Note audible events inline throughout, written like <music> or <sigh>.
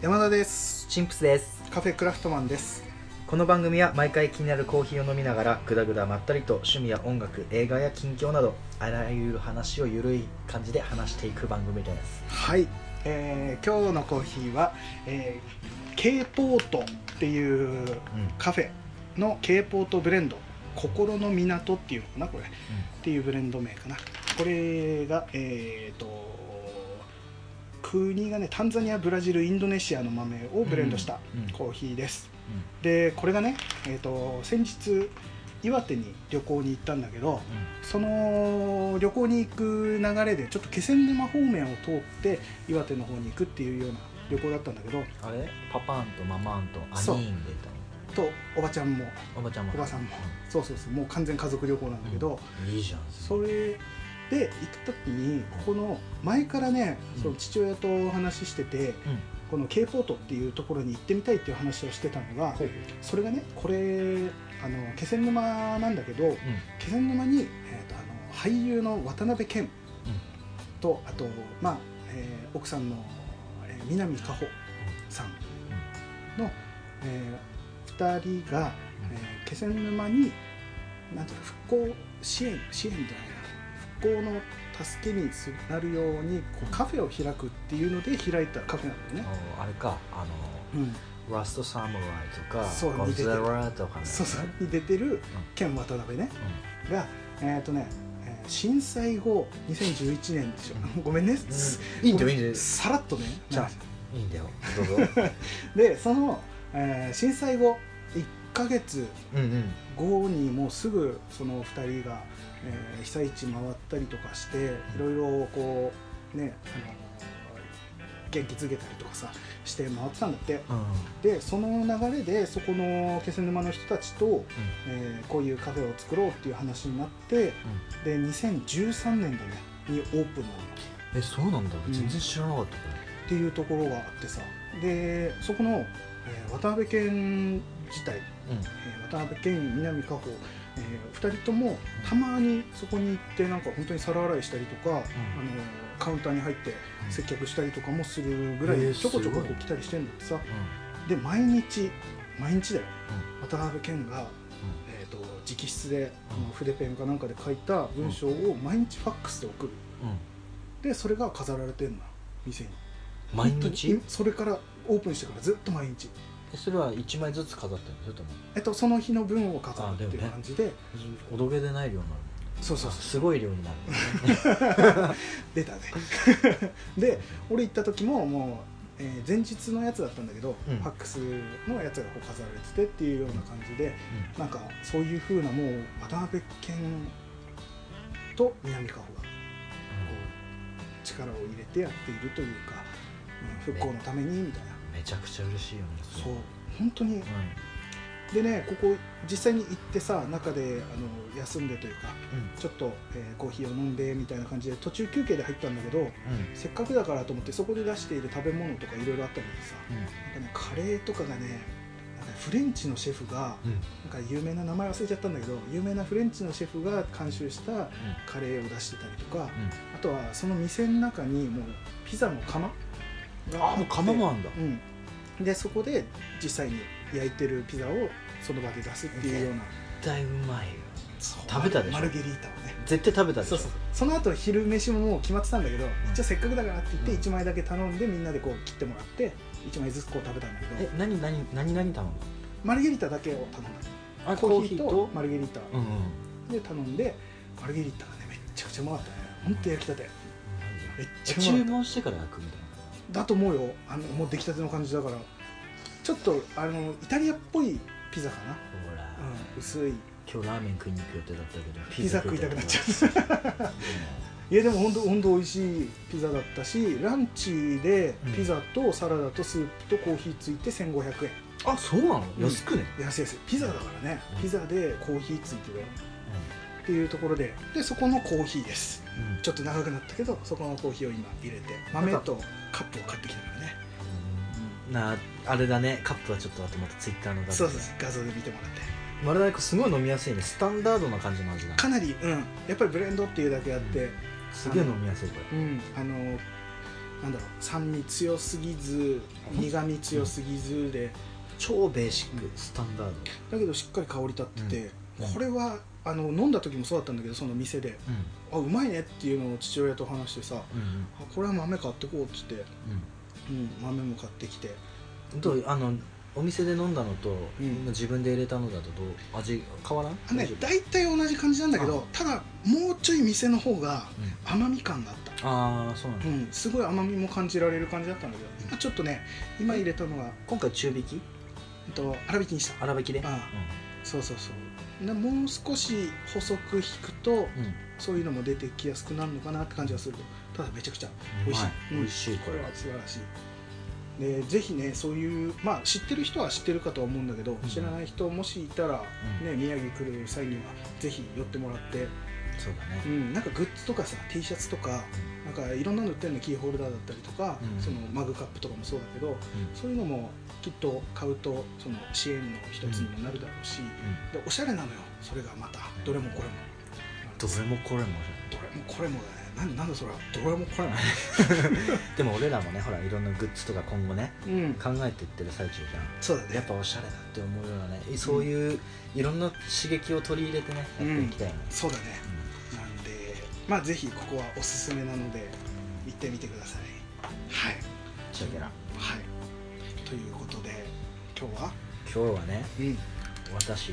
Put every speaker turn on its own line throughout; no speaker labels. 山田です
チンプスです
カフェクラフトマンです
この番組は毎回気になるコーヒーを飲みながらぐだぐだまったりと趣味や音楽映画や近況などあらゆる話をゆるい感じで話していく番組です
はい、えー今日のコーヒーは、えー、K ポートっていう
うん
カフェの K ポートブレンド心の港っていうのかなこれっていうブレンド名かなこれがえっ、と国がねタンザニアブラジルインドネシアの豆をブレンドした
うんうん
コーヒーです、でこれがね、えー、と先日岩手に旅行に行ったんだけどその旅行に行く流れでちょっと気仙沼方面を通って岩手の方に行くっていうような旅行だったんだけど
あれパパンとママンとア
そう
ニーンでいた
とおばちゃんも
のおばちゃんも
おばさんもそうそうそうもう完全家族旅行なんだけど、
うんいいじゃん
それで行った時にここの前からね
うん
その父親とお話ししてて、
うん
この K ポートっていうところに行ってみたいっていう話をしてたのが
ほう
それがねこれあの気仙沼なんだけど
うん
気仙沼に、えー、とあの俳優の渡辺謙とあと、まあえー奥さんの、えー南果歩さんの、え2人が、えー気仙沼になんていうの復興支援支援じゃないな復興の助けになるようにこうカフェを開くっていうので開いたカフェなんだよね。
あのあれかあ
うん、
のラストサムライとか
そう
ゴ
似て
ジ
て
ラとかね
そうそうに出てる県渡辺ね、がえっ、とね、えー震災後2011年でしょごめんね、す
うんいいんだよいいんだよ
さらっとね
じゃあいいんだよどうぞ
でその、えー震災後1ヶ月
うんうん
後にもうすぐその2人が、えー被災地回ったりとかしていろいろこうねあの元気づけたりとかさして回ってたんだって
うん
でその流れでそこの気仙沼の人たちと、えーこういうカフェを作ろうっていう話になってで2013年だねにオープンなの
えそうなんだ
うん
全然知らなかったこ
っていうところがあってさでそこの、えー渡辺謙自体
れ
えー渡辺謙南果歩、え2人ともたまにそこに行ってなんか本当に皿洗いしたりとか、あのカウンターに入って接客したりとかもするぐらい
えー
ちょこちょこ
すごい
来たりしてんだってさ
うんうん
で毎日毎日だよ、
う
渡辺謙が、えー、と直筆で、あの筆ペンかなんかで書いた文章を毎日ファックスで送る
うん
でそれが飾られてんの店に
毎
本
日
当にそれからオープンしてからずっと毎日
えそれは1枚ずつ飾ってるのそれとも
えっとその日の分を飾るっていう
あでもね
感じで、
おどげでない量になる
そうそう
の
そう
すごい量になる
出たね <laughs> で俺行った時ももう、えー前日のやつだったんだけど、
うん
ファックスのやつがこう飾られててっていうような感じでなんかそういう風なもう渡辺謙と南果歩がこう力を入れてやっているというか、うん復興のためにみたいな、
めちゃくちゃ嬉しいよね
そう本当に
うん
でねここ実際に行ってさ中であの休んでというか
うん
ちょっと、えーコーヒーを飲んでみたいな感じで途中休憩で入ったんだけどせっかくだからと思ってそこで出している食べ物とかいろいろあったんだけどさなんか、ね、カレーとかがねなんかフレンチのシェフが
うんうん
なんか有名な名前忘れちゃったんだけど有名なフレンチのシェフが監修したカレーを出してたりとかあとはその店の中にもうピザの窯が
あもう釜もあんだ
うん、でそこで実際に焼いてるピザをその場で出すっていうような
絶対うまいよ
食
食べたでしょ
マルゲリータをね
絶対食べたでし
そ
ょ
うそうその後昼飯ももう決まってたんだけど、
ん
じゃあせっかくだからって言って
うん
1枚だけ頼んでみんなでこう切ってもらって1枚ずつこう食べたんだけ
え
ど
何何何何頼む
マルゲリータだけを頼んだ
あ
コーヒーとマルゲリータ
うんうん
で頼んでマルゲリータがねめっちゃくちゃうまかったねほんと焼きたてめっちゃうまか
注
った
文してから焼くみたいな
だと思うよあのもう出来たての感じだからちょっとあのイタリアっぽいピザかな、
ほら
うん、薄い
今日ラーメン食いに行く予定だったけど
ピザ食いたくなっちゃ
う
ういやでも本当本当美味しいピザだったしランチでピザとサラダとスープとコーヒーついて1500円
あそうなの
うん
安くね
安い安いピザだからね
うん
ピザでコーヒーついてるよっていうところででそこのコーヒーです
うんうん
ちょっと長くなったけどそこのコーヒーを今入れて豆とカップを買ってきたからね、
なあれだねカップはちょっとあとまたツイッターの画
そ
像
うそうそう画像で見てもらって
まるでこうすごい飲みやすいねスタンダードな感じの味だね
かなりうんやっぱりブレンドっていうだけあって
すげえ飲みやすいこれ
うんあのなんだろう酸味強すぎず苦味強すぎずで
超ベーシック、スタンダード、
だけどしっかり香り立ってて、
うん
これはあの飲んだ時もそうだったんだけどその店で
う
あうまいねっていうのを父親と話してさあ
んうん
これは豆買ってこうっつって、うん、豆も買ってきて
うん、どうあのお店で飲んだのと、
ん
自分で入れたのだとどう味変わらん
あね
大丈夫
大体同じ感じなんだけ
あ
どただもうちょい店の方が
うん
甘み感があった
ああそうなんだ、
うん、すごい甘みも感じられる感じだったんだけど
うん
今ちょっとね今入れたのは、
今回中引き
えっと、粗挽きにした
粗挽きで
あそうそうそうなもう少し細く引くと
うん、うん、
そういうのも出てきやすくなるのかなって感じがするただめちゃくちゃ美味しい
ま
うん
美味しいこ
こ
れ
れ
は
は素晴らしいでぜひねそういうまあ知ってる人は知ってるかとは思うんだけど、
ん
知らない人もしいたら、
うん
ね宮城来る際にはぜひ寄ってもらって、
そうだ
う
ね
ん、なんかグッズとかさ T シャツとかなんかいろんなの売ってるのキーホルダーだったりとか、
うん
そのマグカップとかもそうだけどそういうのもきっと買うとその支援の一つにもなるだろうし、
うん、うん、
でおしゃれなのよそれがまたどれもこれも
どれもこれも
どれもこれもだねなんなんだそれはどれもこれも
でも俺らもねほらいろんなグッズとか今後ね
うん
考えていってる最中じゃん
そうだ
や
ね
っぱおしゃれだって思うようなねそういういろんな刺激を取り入れてねやっていきたいよね、
そうだねなんでまあぜひここはおすすめなので
うん
行ってみてくださいはい
チャゲラ
はいということで今日は
今日はね
うん
私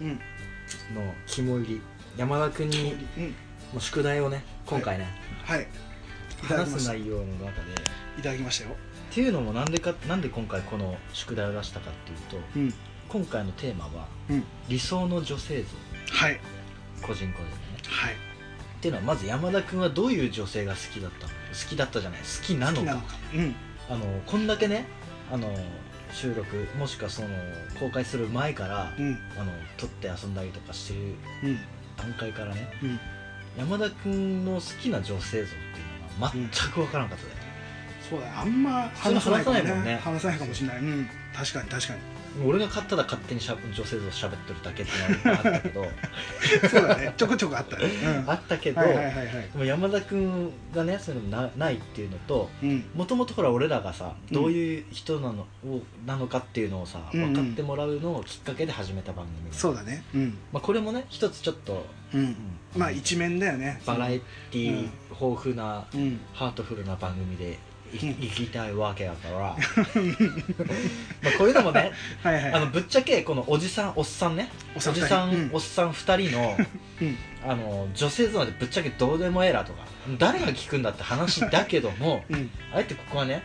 うん
の肝入り山田君に
うん
もう宿題をね今回ね、
はいいただきま
話
し
す
たい
内容の中で
ただきましたよ
っていうのもなんでかなんで今回この宿題を出したかっていうと
うん
今回のテーマは
うん
理想の女性像
はい
個人個人でね
はい
っていうのはまず山田君はどういう女性が好きだったの好きだったじゃない好きな
好
の
きな
か
のかうん
あのこんだけねあの収録もしくはその公開する前から、
うん
あの撮って遊んだりとかしてる
うん
段階からね
うん
山田君の好きな女性像っていうのが全く分からなかったで、
そうだねあんま話さないかも
普通話さないもんね
ね話さないかもしれないうん確かに確か
俺が勝ったら勝手にしゃ女性像喋ってるだけっていうのはあったけど
にそうだねちょこちょこあったねうん
あったけど、
<laughs> はいはいはいはい
でも山田君がねそういうのなないっていうのと
うん
もともとほら俺らがさ
うん
どういう人なの,を、なのかっていうのをさ
うんうん
分かってもらうのをきっかけで始めた番組、
そうだねうん
まあ、これもね一つちょっと、
うん
うん
まあ一面だよね
バラエティー
うん
豊富な、
うん
ハートフルな番組でい
うん
生きたいわけや
<laughs>
からまあこういうのもね
はいはい
あのぶっちゃけこのおじさんおっさんね
お
お
さん
じ
二人
さん、
うん
おっさん2人の
うん
あの女性像なんてぶっちゃけどうでもええらとか誰が聞くんだって話だけども
うん
あえてここはね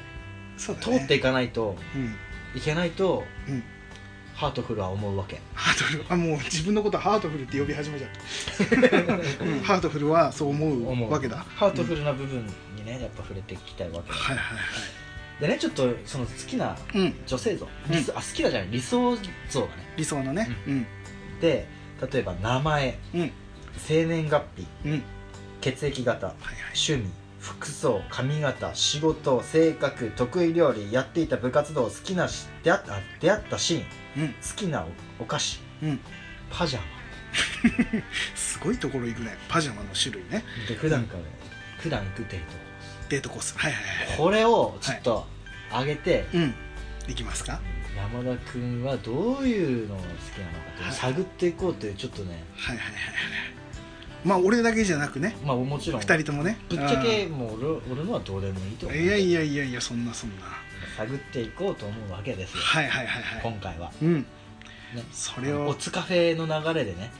そうだ
通
ね
っていかないと
うん
いけないと、
うん
ハートフルは思うわ
<laughs>
け
ハートフルあもう自分のことハートフルって呼び始めちゃった、うん、ハートフルはそう思
思
う
う
わけだ
ハートフ
ル、
ルな部分にねやっぱ触れていきたいわ
うん
け
はいはいは
でねちょっとその好きない
うん
女性像
うん
理想、あ好きだじゃない理想像がね
理想のねうん
で例えば名前、
うん
生年月日
うんはい
血液型
はい
趣味服装髪型仕事性格得意料理やっていた部活動好きなし出会ったあ出会ったシーン
うん
好きなおお菓子
うん
パジャマ
すごいところ行くねパジャマの種類ね
で普段から、普段行くデー
デートコースはいはいはい
トこれをちょっと上げて、
うん行きますか
山田君はどういうのが好きなのかっていうのを探っていこうというちょっとね
はいはいはいはいまあ俺だけじゃなくね
まあもちろん
二人ともね
ぶっちゃけもう俺俺のはどうでもいいと
うん
思う
いやいやいやいやそんなそんなは
探っていこうと思うわけですよ
いはいはいはい
今回は、
うん
ね、
それを
おつカフェの流れでね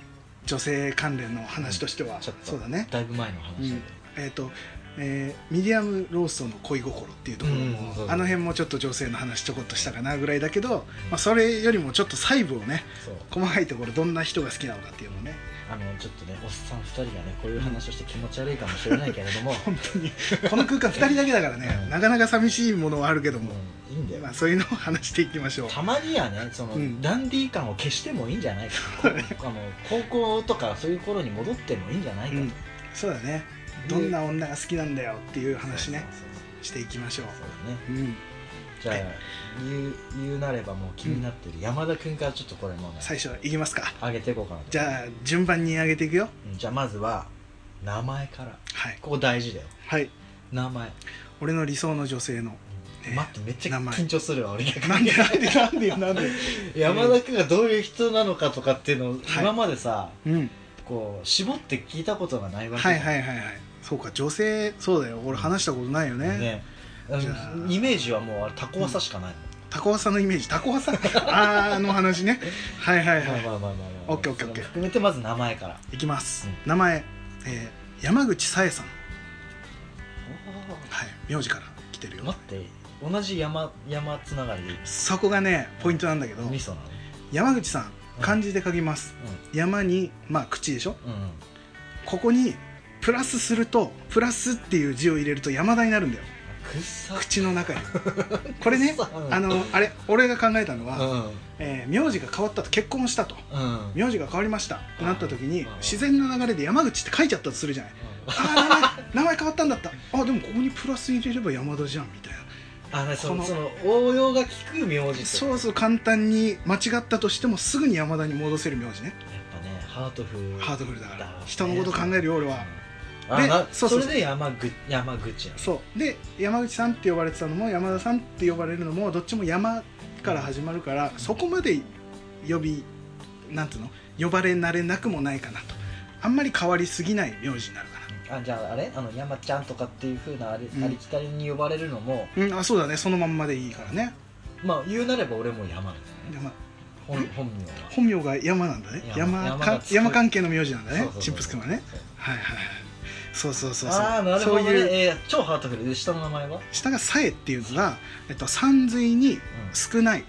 女性関連の話としては
ちょっと
そうだね
だいぶ前の話だ
えっとえーミディアムローストの恋心っていうところ
うん
も
そうだね
あの辺もちょっと女性の話ちょこっとしたかなぐらいだけどまあそれよりもちょっと細部をね
けどそう
細かいところどんな人が好きなのかっていうのをね
あのちょっとねおっさん2人がねこういう話をして気持ち悪いかもしれないけ
<laughs>
れども、
本当
<laughs>
にこの空間2人だけだからね
うん
なかなか寂しいものはあるけども
うん、いいんだよ
まあそういうのを話していきましょう
たまにはねその、
うん
ダンディー感を消してもいいんじゃないかなこあの高校とかそういう頃に戻ってもいいんじゃないか
う
と、
んそうだねどんな女が好きなんだよっていう話ね
そうそう
していきましょう
そうそうだね
うん
じゃあ、
はい
言う言うなればもう気になってる、山田君からちょっとこれもうね
最初いきますか
上げていこうかなと
じゃあ順番に上げていくよ
うんじゃあまずは名前から
はい
ここ大事だよ
はい
名前
俺の理想の女性の、ね
待ってめっちゃ
名前
緊張するわ俺逆に
なんでなんでなんでよなんで
山田君がどういう人なのかとかっていうのを
はい
今までさ
うん
<laughs> こう絞って聞いたことがないわけ
はいはいいはいはいそうか女性そうだよ俺話したことないよね
ね
じゃあ
イメージはもうあれタコワサしかない
タコワサのイメージタコワ
<laughs>
サあーあの話ねはいはい
ま
は
あ
い、
まあまあまあまあ
オッケーオッケーオッケー
それも含めてまず名前から
いきます、
う
名前、えー山口さえさんはい名字から来てるよ
待って同じ山山つながりで
そこがねポイントなんだけど
味噌なの
山口さん
うん
漢字で書きます、山にまあ口でしょ
うんうん
ここにプラスするとプラスっていう字を入れると山田になるんだよ
くっさ
口の
<laughs>
中にこれね
うん
あのあれ俺が考えたの
う
は、
ん
えー名字が変わったと結婚したと
うん
名字が変わりましたってなった時に
うん
自然な流れで山口って書いちゃったとするじゃないあ
<laughs>
ー名前名前変わったんだったあでもここにプラス入れれば山田じゃんみたいな
あのそ
こ
の
の
その応用が効く名字って
そうそう簡単に間違ったとしてもすぐに山田に戻せる名字ね
やっぱねハートフル
ハートフルだか
だ
ら
ね
人のこと考えるよ俺は
うんあ
で
な
そ
そう
そう
れで山口山口や
そうで山口さんって呼ばれてたのも山田さんって呼ばれるのもどっちも山から始まるからそこまで呼びなんていうの呼ばれ慣れなくもないかなとあんまり変わりすぎない名字になるか
あじゃああれあの山ちゃんとかっていうふうなあり,、
ん
ありきたりに呼ばれるのも
なうんあそうだねそのまんまでいいからね
まあ言うなれば俺も山です
で
ね
まあ
本本名は
本名が山なんだね
山
山
山
か
がつく
山関係の名字なんだ
そう
ね
そうそう
チンプス君はね
そう
はいはいはいそうそうそうそう
ああなるほどね
そういう
えー超ハートフルで下の名前は、
下が「さえ」っていうのが、えっと、三髄に少ない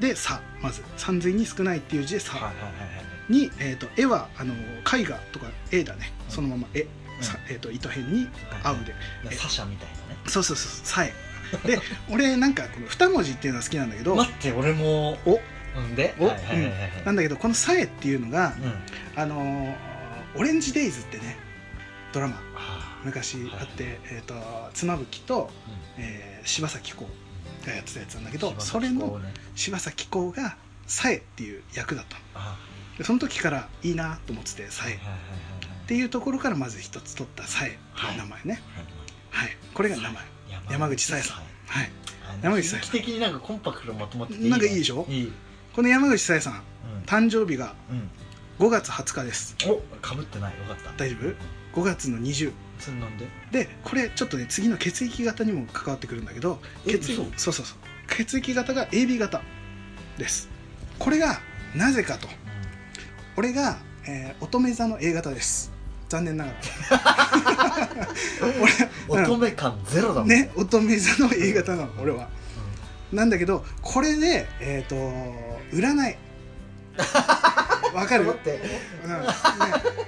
で「さ」まず三髄に少ないっていう字で「
はいはい
さ
はいはい」
に、えっと、絵はあの絵画とか絵だねそのまま絵、さえっと、糸辺に「合うで」
なんかサシャみたいなね
そうそうそう「さえ」で俺なんかこの二文字っていうのが好きなんだけど、
待って俺も
お
うんで
お
はいはいはいはいはい
なんだけどこの「さえ」っていうのが、
うん
あのーオレンジデイズ」ってねドラマ
あ
昔あって、えっと妻夫木と、えー柴咲コウがやってたやつなんだけど
ー
それ
柴咲コ
の
ウね
柴咲コウが「さえ」っていう役だったの
あ
でその時からいいなと思ってて「さ
ー
え」
はい
っ
はいはいはいはい
ていうところからまず一つ取った「さえ」の名前ねはい、これが名前山口さえさんはい
ん
山口さえさん
的になんかコンパクトにまとまってて
なんかいいでしょ
いい
この山口さえさん
う
誕生日が
ん、うん、
5月20日です
おかぶってないよかった
大丈夫
うん
5月の20
それなんで
でこれちょっとね次の血液型にも関わってくるんだけど
え
血液そう
嘘
そうそう血液型が AB 型ですこれがなぜかと俺が、えー乙女座の A 型です残念ながら
<laughs>
俺
乙女感ゼロだもん
ね、乙女座の A 型なの俺はなんだけどこれでえっ、と <laughs> 占いわかる、
うん、
うん
待って
ね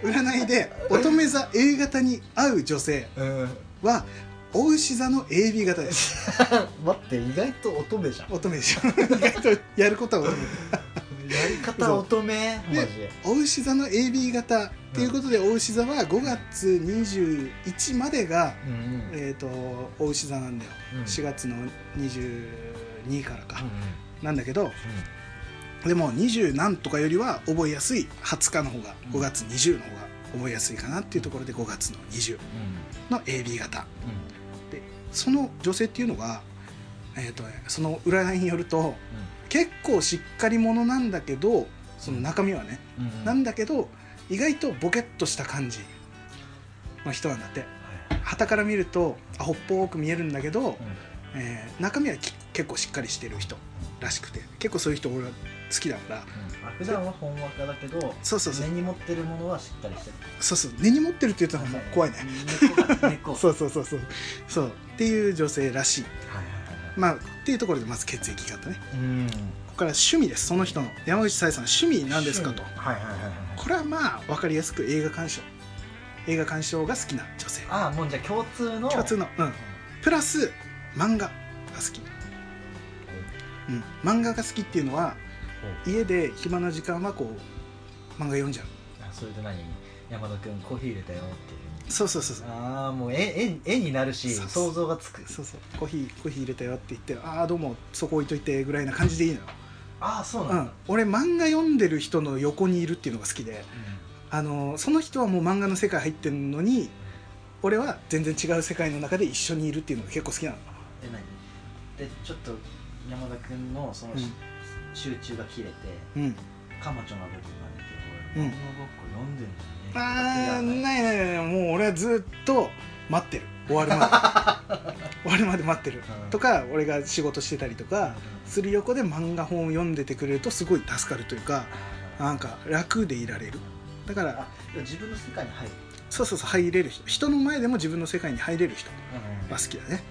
占いで乙女座 A 型に合う女性
うん
はお牛座の AB 型です
待って意外と乙女じゃん
乙女でしょ意外と <laughs> やることは乙女
やり方乙女マジで
お牛座の AB 型っていうことで、お牛座は5月21までが
うんうん
えっ、とお牛座なんだよ、
うん
4月の22からか
うん、うん
なんだけどでも20何とかよりは覚えやすい20日の方が
う
5
ん
月20の方が覚えやすいかなっていうところで5月の20の AB 型
うんうん
その女性っていうのが、えーとねその占いによると結構しっかり者なんだけどその中身はね、
うんうん
なんだけど意外とボケっとした感じの人なんだって
はい
旗から見るとアホっぽく見えるんだけど
う、ん
えー中身はき結構しっかりしてる人らしくて結構そういう人俺は好きだから
うんあ普段はほんわかだけど
そうそうそう
根に持ってるものはしっかりしてる
そうそう根に持ってるって言ったらもう怖いね
猫
<laughs>
猫
そうそうそうそうそうっていう女性らしい
はいはいはいは
まあっていうところでまず血液型ね
いうん
ここから趣味ですその人の山口紗友さん趣味なんですかと
はいはいはいはい
これはまあ分かりやすく映画鑑賞映画鑑賞が好きな女性
ああもうじゃあ共通の
共通のうんプラス漫画が好きうん漫画が好きっていうのは家で暇な時間はこう漫画読んじゃう
あそれで何山田君コーヒー入れたよっていう
そうそうそうそう
ああもう絵絵絵になるし
そう
想像がつく
そうそうコーヒーコーヒー入れたよって言ってああどうもそこ置いといてぐらいな感じでいいのよ
ああそう
う
なん
ん
だ、
俺漫画読んでる人の横にいるっていうのが好きで、あのその人はもう漫画の世界入ってるのに俺は全然違う世界の中で一緒にいるっていうのが結構好きなの
え何でちょっと山田君のその、
うん
集中が切れて
うん
カマチョの部分が
う
出て「俺
ん
このごっこ読んでんじ
あ
ゃ
ー
ねえ」
ないないないもう俺はずっと待ってる終わるまで終わるまで待ってる
うん
とか俺が仕事してたりとかする横で漫画本を読んでてくれるとすごい助かるというかなんか楽でいられるだから
あでも自分の世界に入る、
そうそうそう入れる人人の前でも自分の世界に入れる人が好きだね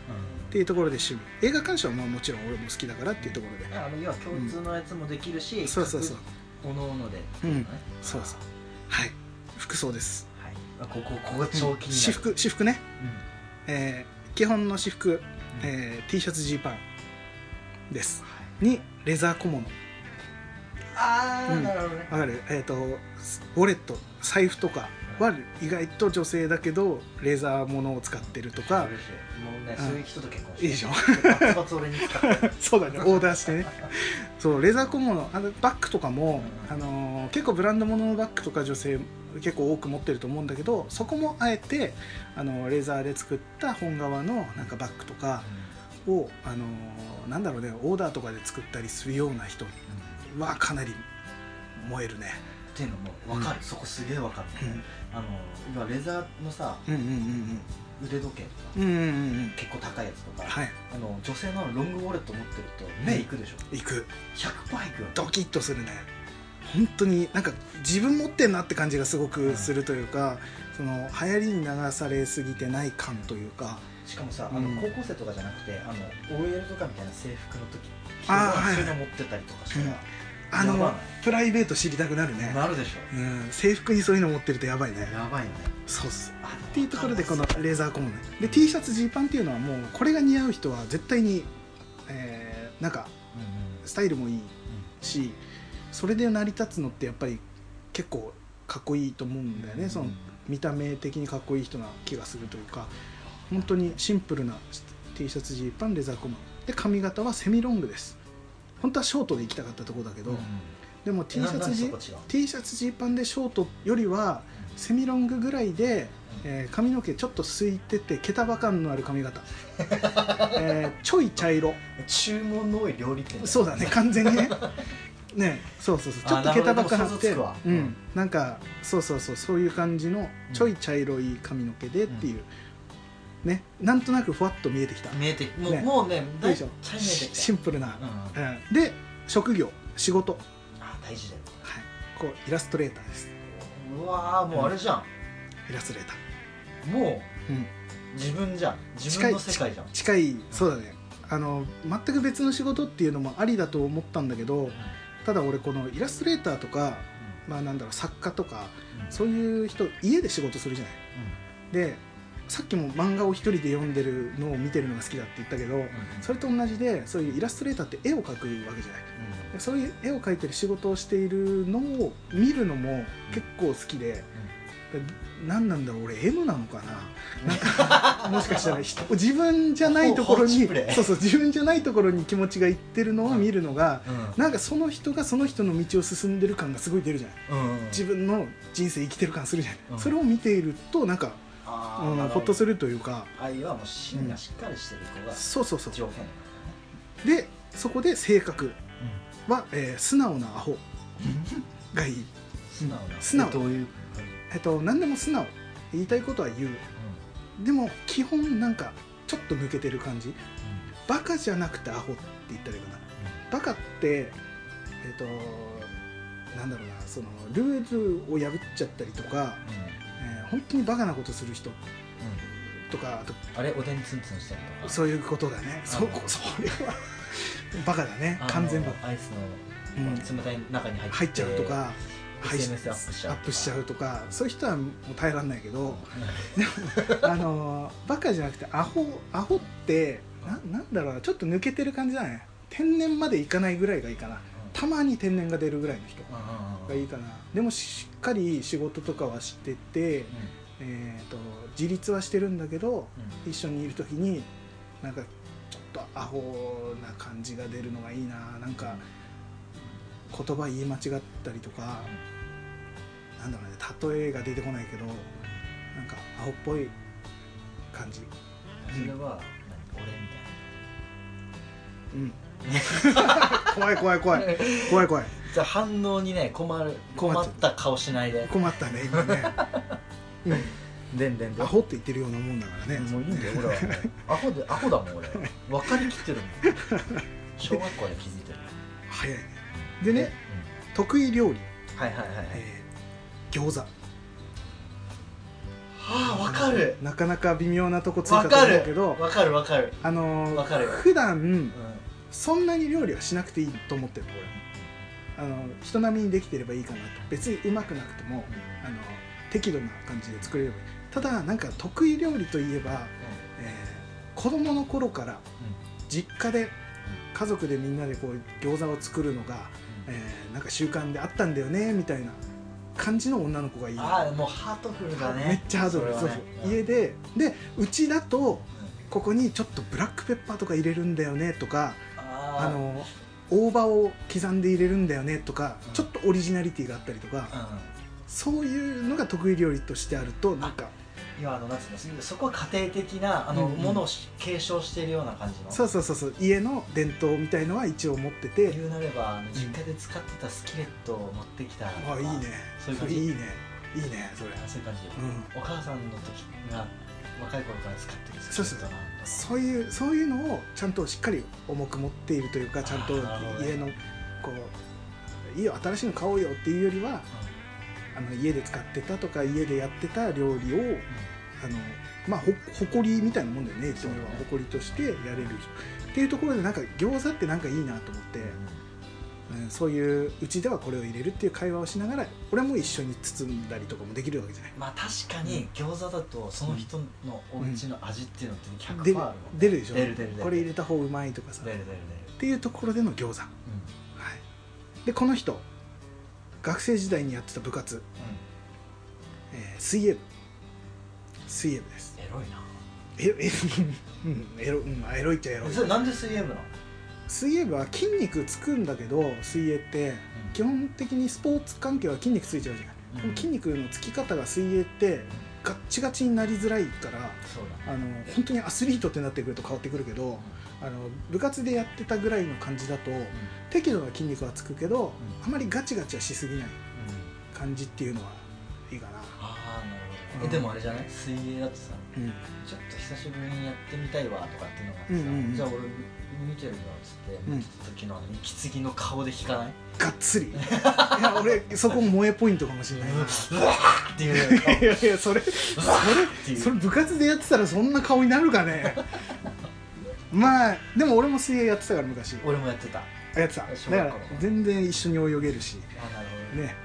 っていうところで趣味映画鑑賞はまあもちろん俺も好きだからっていうところで
あの要は共通のやつもできるし、
そうそうそう
各々でっていのね
そうそうはい服装です
はいあここここ超気になる、
私服私服ね、
うん
えー基本の私服、
うん
えー T シャツジーパンです
はい
にレザー小物
ああ、
うん
なるほどね
わかるえっ、とウォレット財布とかは意外と女性だけどレザーものを使ってると
<laughs>
か
嬉しいもうね、
うん
そういう人と結婚して
いいでしょ
バツバツ俺に使って
そうだねオーダーしてねそうレザー小物あのバッグとかも、
うん
あのー結構ブランド物のバッグとか女性結構多く持ってると思うんだけどそこもあえてあのレザーで作った本革のなんかバッグとかを、あのーなんだろうねオーダーとかで作ったりするような人はかなり燃えるね、
っていうのも分かる、そこすげえ分かる、あの今レザーのさ
うん、うんうん
腕時計とか
うんうんうんうんうん
結構高いやつとか、
はい
あの女性のロングウォレット持ってると目いくでしょ
行く
100%いくよ
ドキッとするね本当になんか自分持ってんなって感じがすごくするというか、その流行りに流されすぎてない感というか
しかもさ、
うん
あの高校生とかじゃなくてあの OL とかみたいな制服の時
あー
そういうの持ってたりとかしたら、
あ
やばい
のプライベート知りたくなるね、
なるでし
うん、制服にそういうの持ってるとやばいね
ょやばいよね
そうっす
あ
っていうところでこの
そう
レーザーコモねで T シャツジーパンっていうのはもうこれが似合う人は絶対に、えーなんか
うんうん
スタイルもいいしそれで成り立つのってやっぱり結構かっこいいと思うんだよね、その見た目的にかっこいい人な気がするというか本当にシンプルな T シャツジーパンレザーコマで髪型はセミロングです本当はショートで行きたかったところだけど、
うん
でも T シャツジ
なんでそこ違う
T シャツジーパンでショートよりはセミロングぐらいで、えー髪の毛ちょっとすいてて毛束感のある髪型、えーちょい茶色
注文の多い料理店
そうだね完全にねねそうそうそうちょっと
あ
毛
なる
束
ほど
感あ
想
っ
像
て
つくわ
う
うん
ん、なんかそうそうそうそういう感じのちょい茶色い髪の毛でっていう、ねなんとなくふわっと見えてきた、
見えてもう,、
ね
もうね
い
大
いでし
体
ょ
見えて
し
きた
シンプルな
う、んうん
うんで職業仕事、はい、
あ大事だよ
こうイラストレーターです
うわーもうあれじゃん、
イラストレーター、
も
うん、
う自分じゃん自分の世界じゃん
近いそうだねあの全く別の仕事っていうのもありだと思ったんだけどただ俺このイラストレーターとか、まあ、なんだろう作家とかそういう人家で仕事するじゃないでさっきも漫画を一人で読んでるのを見てるのが好きだって言ったけど、それと同じでそういうイラストレーターって絵を描くわけじゃないでそういう絵を描いてる仕事をしているのを見るのも結構好きで、で何なんだろう俺 M なのかなもしかしたら人自分じゃないところ
放
に
置プレイ
そうそう自分じゃないところに気持ちがいってるのを見るのが、なんかその人がその人の道を進んでる感がすごい出るじゃない自分の人生生きてる感するじゃない、
うん
それを見ているとなんかうん
分
ほっとす
る
るというか
愛はもう芯がしっかりしてる子が
そうそうそう
条件
でそこで性格は、えー素直なアホがいい、
素直な
素直
どういう
えっと、何でも素直言いたいことは言うでも基本なんかちょっと抜けてる感じバカじゃなくてアホって言ったらいいかなバカってえっとなんだろうなそのルールを破っちゃったりとか、えー本当にバカなことする人とかあと
あれおでんツンツンしてるとか
そういうことだねそこ <laughs> それはバカだね完全バカ
アイス
うん
の冷たい中に
入
入
っちゃうとか、入っ
SNS アップしちゃう
アップしちゃうとかそういう人はもう耐えられないけど、あのーバカじゃなくてアホアホってななんだろうなちょっと抜けてる感じだね天然までいかないぐらいがいいかなたまに天然が出るぐらいの人がいいかなでもしっかり仕事とかはしてて、えー、と自立はしてるんだけど一緒にいる時になんかちょっとアホな感じが出るのがいいななんか言葉言い間違ったりとかなんだろうね例えが出てこないけどなんかアホっぽい感じ、
それは何俺み
う
<laughs>
ん、
たいな
怖い怖い怖い怖い怖い
じゃあ反応にね困る
困っちゃ
困
う
った顔しないで
困ったね今ね、
でんでん
うん、
でん
アホって言ってるようなもんだからね
もういいんだよ俺はアホでアホだもん俺分かりきってるもん小学校で気づいてる
早いねでね、得意料理、
うんはいはいはいはい
えー餃子
はあ分かる
なかなか微妙なとこついた
分
と
か
思う
る
けど
分かる分かる
あの
わかる
ー、普段
うん
そんなに料理はしなくていいと思ってるの俺あのー人並みにできてればいいかなと別にうまくなくてもあのー適度な感じで作れればいいただなんか得意料理といえば、えー子供の頃から実家で家族でみんなでこう餃子を作るのが、えーなんか習慣であったんだよねみたいな感じの女の子がいい
ああもうハートフルだね
めっちゃハードル、
そ
そう
れ
そ
はね
う家ででうちだとここにちょっとブラックペッパーとか入れるんだよねとか
あ
あ
あの
の大葉を刻んで入れるんだよねとか
うん
ちょっとオリジナリティがあったりとかそういうのが得意料理としてあるとなんか
今あのなんつうのそこは家庭的なあの
うんうん
ものをし継承しているような感じの
そうそうそうそう家の伝統みたいのは一応持ってて
言うなればあの実家で使ってたスキレットを持ってきた
あいいね
そういう
そ
感
れ
じ
いいねいいねそれ
そういう感じ
うん
お母さんの時が若い頃から使ってるスキレットなんだ
そういうそういうのをちゃんとしっかり重く持っているというかちゃんと
あーなるほどね
家のこういいよ新しいの買おうよっていうよりはあの家で使ってたとか家でやってた料理をあのまあほ誇りみたいなもんだよね一応は
そうね
誇りとしてやれるっていうところでなんか餃子ってなんかいいなと思って、うんそういううちではこれを入れるっていう会話をしながら俺も一緒に包んだりとかもできるわけじゃない
まあ確かに餃子だとその人のお家の味っていうのって100%あ
出る出る
るもん
でしょ
出る出る出る
これ入れた方うまいとかさ
出る出る出る
っていうところでの餃子はい、でこの人学生時代にやってた部活、
う
えー水泳部水泳部です
んうん
エ
エロいな
ロうんエロ,、うん、エロいっちゃエロい
それなんで水泳部なの
水泳部は筋肉つくんだけど水泳って基本的にスポーツ関係は筋肉ついちゃうじゃない、
うん
でも筋肉のつき方が水泳ってガッチガチになりづらいから
そうだ
あの本当にアスリートってなってくると変わってくるけどあの部活でやってたぐらいの感じだと適度な筋肉はつくけど、
うん
あまりガチガチはしすぎない感じっていうのはいいかな、
ああな
う
るほどえ
ん
でもあれじゃない水泳だとさ
うん、
ちょっと久しぶりにやってみたいわとかっていうのがあって
う
さ、
んうんうん
じゃあ俺見てるよっつって
ん
見てた時のあの息継ぎの顔で引かない、
がっ <laughs> つりいや俺そこ萌えポイントかもしれな <laughs> いうな
わーっていう顔
いやいやそれ
うわーっていう
それ部活でやってたらそんな顔になるか
<laughs>
ねまあでも俺も水泳やってたから昔
俺もやってたあ
やってた
小
だか
学校
ら全然一緒に泳げるし
なるほど、
ね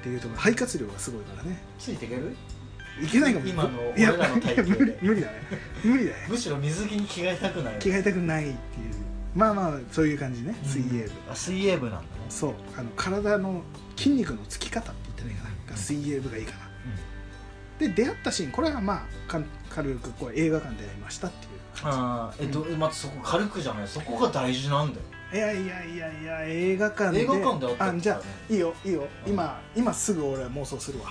っていうところ肺活量がすごいからね
ついていける
いけないかも
今
<laughs>
の
いや
俺らの体型で
無理無理だね無理だね
むしろ水着に着替えたくない
着替えたくないっていうまあまあそういう感じね水泳部、
うんあ水泳部なんだね
そうあの体の筋肉のつき方って言ったらいいかなが水泳部がいいかな、で出会ったシーンこれはまあかん軽くこう映画館で会いましたっていう感
あーえっと、まずそこ軽くじゃないそこが大事なんだよ
じいやいやいやいや映画館で
映画館であった
あじゃ
ね
あいいよいいよ
うん
今今すぐ俺は妄想するわ、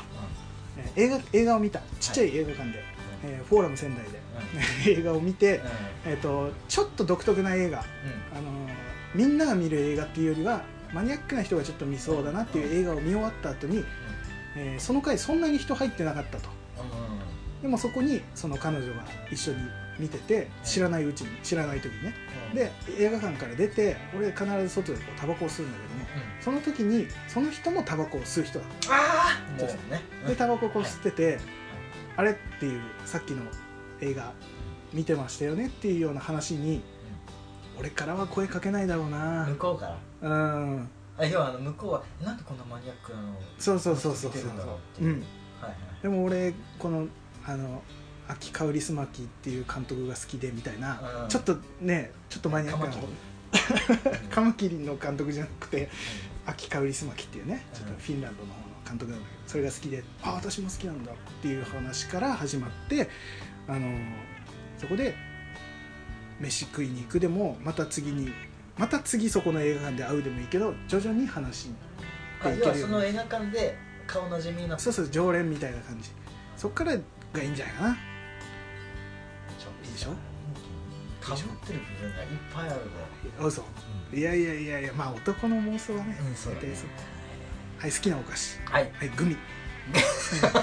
え映画映画を見たちっちゃい映画館で、
うん
えーフォーラム仙台で <laughs> 映画を見て、えー、とちょっと独特な映画、
うんうん
あのーみんなが見る映画っていうよりはマニアックな人がちょっと見そうだなっていう映画を見終わった後に、えーその回そんなに人入ってなかったと
うんうん
でもそこにその彼女が一緒に見てて知らないうちに知らない時にね
うん
で映画館から出て俺必ず外でこうタバコを吸うんだけどもその時にその人もタバコを吸う人だっ
ああ
そ
も
う
う
です
ね
たでタバコをこう吸っててあれっていうさっきの映画見てましたよねっていうような話に俺からは声かけないだろうな
向こうから
うん
あ要はあの向こうはなんでこんなマニアックなのを
そうそうそうそう
見
そ
てるんだろうっ
う
ていううんはいはい
でも俺このあの秋香りすまきっていう監督が好きでみたいな、
うん
ちょっとねちょっとマニアックなことカマキリの監督じゃなくて秋香りすまきっていうねちょっと
うん
フィンランドの方の監督なんだけどそれが好きであ私も好きなんだっていう話から始まってあのそこで飯食いに行くでもまた次にまた次そこの映画館で会うでもいいけど徐々に話に
<laughs> あ要はその映画館で顔なじみになって
そうそう常連みたいな感じそっからがいいんじゃないかなしょ
かぶってる部分がいっぱいあるね
あ嘘いやいやいやいやまあ男の妄想はね、
うんそうだね
大体そうはい好きなお菓子
はい
はいグ
<laughs>
ミ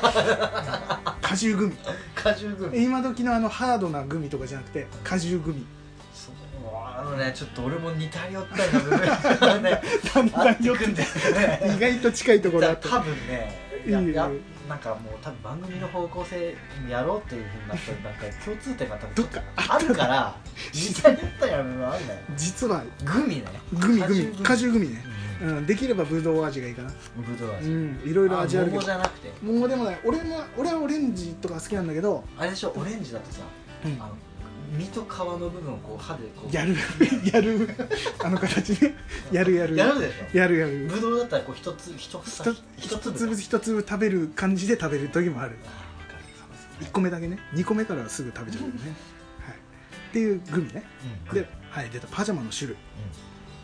果汁グミ
果汁グミ
今時のあのハードなグミとかじゃなくて果汁グミ <laughs>
そうあのねちょっと俺も似たり寄ったりの部分が <laughs> ね
だん
あ
だ
っ
ん
て
よ
く
く
んだ <laughs> よね
意外と近いところだ <laughs>
だ
った
多分ね
いい
や
よ
やなんかもう多分番組の方向性やろうっていうふうになったらなんか共通点が多分
どっか
あるから似たり寄ったりの部分あるんだよ
実は
グミね
グミグミ果汁グミね、
う
うん、できればブドウ味がいいかな、
んぶどう
う
味
ん、いろいろ味あるけ
桃
ど
じゃなくて
桃でもない俺も俺はオレンジとか好きなんだけど、
あれでしょオレンジだとさ
うん
あの身と皮の部分をこう歯でこ
<laughs>
う
やるやるあの形 <laughs> ねやるやる
やるでしょ
やるやる
ぶどうだったらこう一つ
一
一房一
一
粒
粒一粒食べる感じで食べる時もある
あーわかるそう
1個目だけね2個目からはすぐ食べちゃう <laughs> よね、はい、っていうグミね
うん
で、はい、出たパジャマの種類、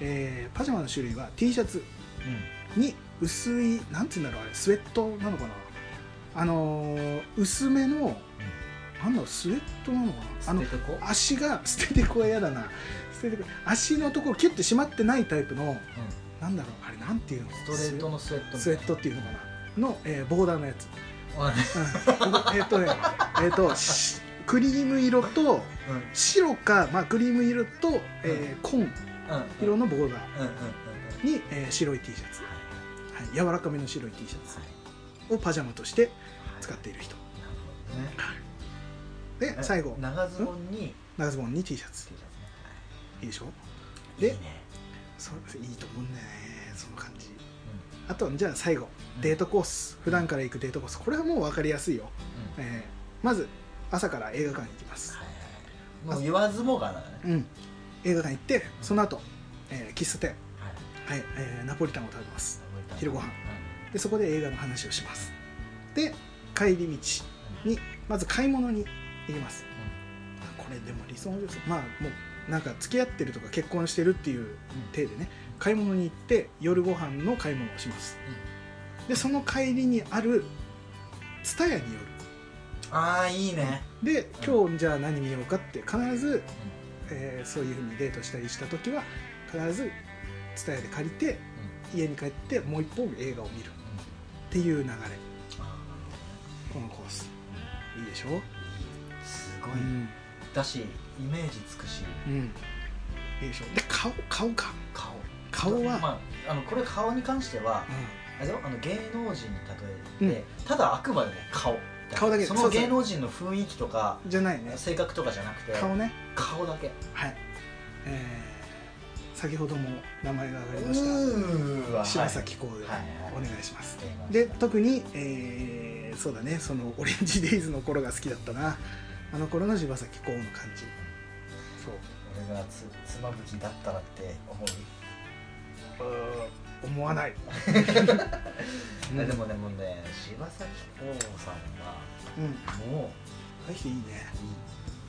えーパジャマの種類は T シャツ
うんうん
に薄いなんて言うんだろうあれスウェットなのかなあのー薄めのなんだろうスウェットなのかなあの
捨ててこ
足が捨ててこは嫌だな捨ててこ足のところキュッて締まってないタイプの
う
なんだろうあれなんていうの
んストレートのスウェット
スウェットっていうのかなの、えーボーダーのやつ、
うん
うんここえっ、とねえっ、としクリーム色と
うん
白か、まあ、クリーム色と、えー紺
うん
色のボーダー
うんうんうんうん
に、えー白い T シャツ、はい、柔らかめの白い T シャツをパジャマとして使っている人で
ね
最後
長ズボンに
長ズボンに T シャツ
T シャツね
いいでしょ
はい
で
いいね
そういいと思うんだよねその感じ
う
あとじゃあ最後
ん
デートコース普段から行くデートコースこれはもう分かりやすいよ、
うん
えーまず朝から映画館に行きます、
はいはいもう言わずもがなね
うん、映画館行ってその後、えー喫茶店、
はい
はいえーナポリタンを食べます昼ご飯
うん
でそこで映画の話をしますで帰り道にまず買い物に行きますあこれでも理想の女性まあもうなんか付き合ってるとか結婚してるっていう
うん
体でね買い物に行って夜ご飯の買い物をしますでその帰りにあるツタヤに寄
ああいいね
るで今日じゃあ何見ようかって必ず、えーそういうふうにデートしたりした時は必ずツタヤで借りて家に帰ってもう一本映画を見るっていう流れこのコースいいでしょ
すご
う
い
ん、
だしイメージつくし
うん、いいでしょで顔顔か
顔
顔は、
まああのこれ顔に関しては
う
あれよあの芸能人に例えてただあくまでね顔
顔だけそ
その
うそう
芸能人の雰囲気とか
んじゃないね
性格とかじゃなくて
顔ね
顔だけ
はい、えー、先ほども名前が挙がりまし
ーわ
た柴咲コウで
はい
お願いします、
はい
で特に、えーそうだねそのオレンジデイズの頃が好きだったなあの頃の柴咲コウの感じそう
俺がつつまぶきだったらって思う
思わ
<laughs>
ない、うん、
えでもねもうね柴咲コウさん
うん
はも
あの人いいね
ういい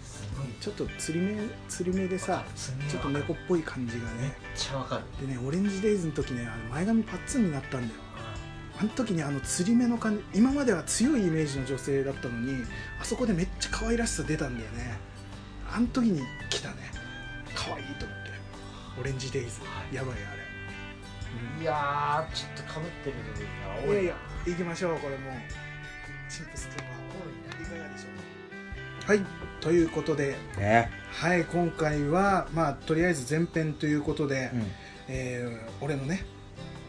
すごい
ちょっと釣り目釣り目でさちょっと猫っぽい感じが
めっ
ね
ちゃわかる
でねオレンジデイズの時ねあの前髪パッツンになったんだよあの時にあの釣り目の感じ今までは強いイメージの女性だったのにあそこでめっちゃ可愛らしさ出たんだよねあの時に来たね可愛いと思ってオレンジデイズ
はい
やばいあれ、
いやーちょっとかぶってる部分
うん
が多い
いやいや行きましょうこれもうチンプス君はいかがでしょうかはいということで、
多いね
はい、今回は、まあ、とりあえず前編ということで、
うん
えー俺のね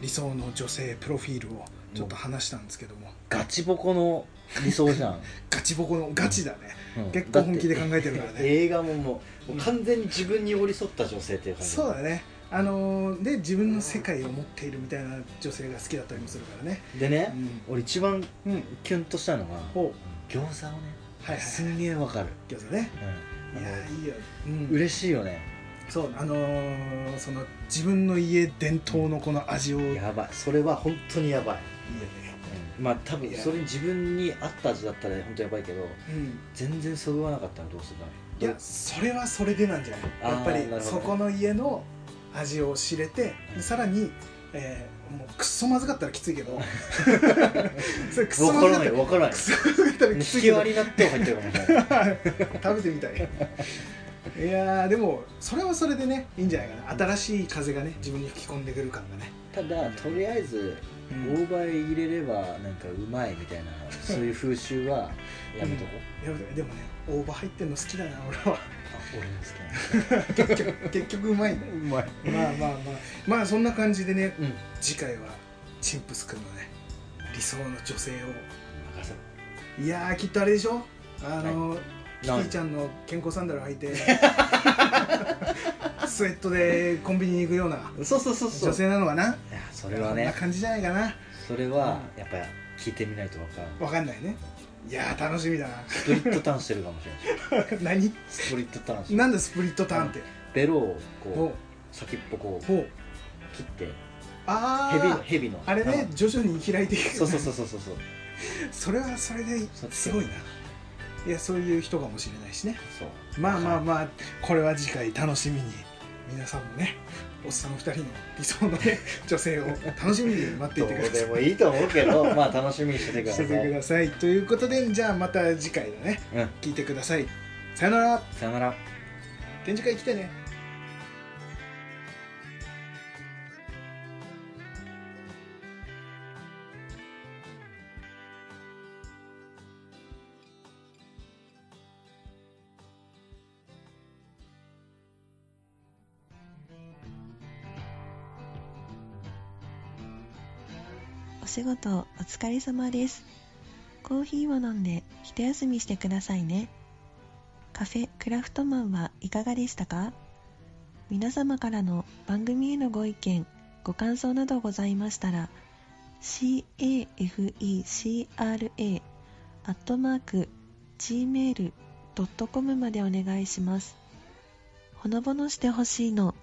理想の女性プロフィールをちょっと話したんですけども、
ガチボコの理想じゃ <laughs> ん、
ガチボコのガチだね、
うん
結構本気で考えてるからね
映画ももうもう完全に自分に寄り添った女性っていう感じ
そうだねあのーで自分の世界を持っているみたいな女性が好きだったりもするからね
でね、
う
俺一番
ん、うん、
キュンとしたのが
ほ
餃子をね、
はいはい
すんげえわかる、
餃子ね
う
い
ん、
や
あの
いいよ、うん、
嬉しいよね
そうあのーその自分の家伝統のこの味をいいよね
やばいそれは本当にやばい、うんまあ多分それに自分に合った味だったら本当やばいけど
うん
全然そぐわなかったらどうする
い
だろ
や
う
それはそれでなんじゃないやっぱ
あーなるほど
り
ね
そこの家の味を知れて
うん
さらにえーもうくっそまずかったらきついけどそれくっそ
分
まずからっ
かな
た
い
ら
分からない
くっそまずかったらきつ
引
いけ
き
ど
割り納豆入ってるかもしれない
<laughs> 食べてみたいいやーでもそれはそれでねいいんじゃないかな新しい風がね自分に吹き込んでくる感がね、
ただとりあえず大葉入れればなんかうまいみたいなそういう風習はやめとこう、
やべでもね大葉入ってんの好きだな俺は
あ俺も
結局結局うまいね
好きなうまい
まあまあまあまあそんな感じでね
うん
次回はチンプスくんのね理想の女性を
任せ
いやーきっとあれでしょあの、キテ
ろ
ィちゃんの健康サンダル履い
<laughs>
てスウェットでコンビニに行くような
そうそうそうそう
女性なのはない
やそれは
そんな
ね
感じじゃないかな
それはやっぱ聞いてみないと分からん
わかんないねいやー楽しみだな <laughs>
スプリットターンしてるかもしれない
何
スプリットターンしてる
なんでスプリットターンって
ベロを
ほ
こう先っぽこ
う
う
ほう
切って
あ
ヘビの
あ
ヘビの
あれね徐々に開いていく
うんそうそうそうそうそうそう
それはそれですごいないやそういう人かもしれないしね
そう
まあまあまあこれは次回楽しみに皆さんもねおっさん2人の理想の、ね、女性を楽しみに待って
ど
いてくだ
う
さ
で
い。
もいいと思うけどまあ楽しみにしててくだ
し
さ
て
い
てくださいということでじゃあまた次回だね
うん
聞いてくださいさよなら
さよなら
展示会来てね
お仕事お疲れ様です。コーヒーを飲んで一休みしてくださいね。カフェクラフトマンはいかがでしたか皆様からの番組へのご意見、ご感想などございましたら、cafecra.gmail.com までお願いします。ほのぼのしてほしいの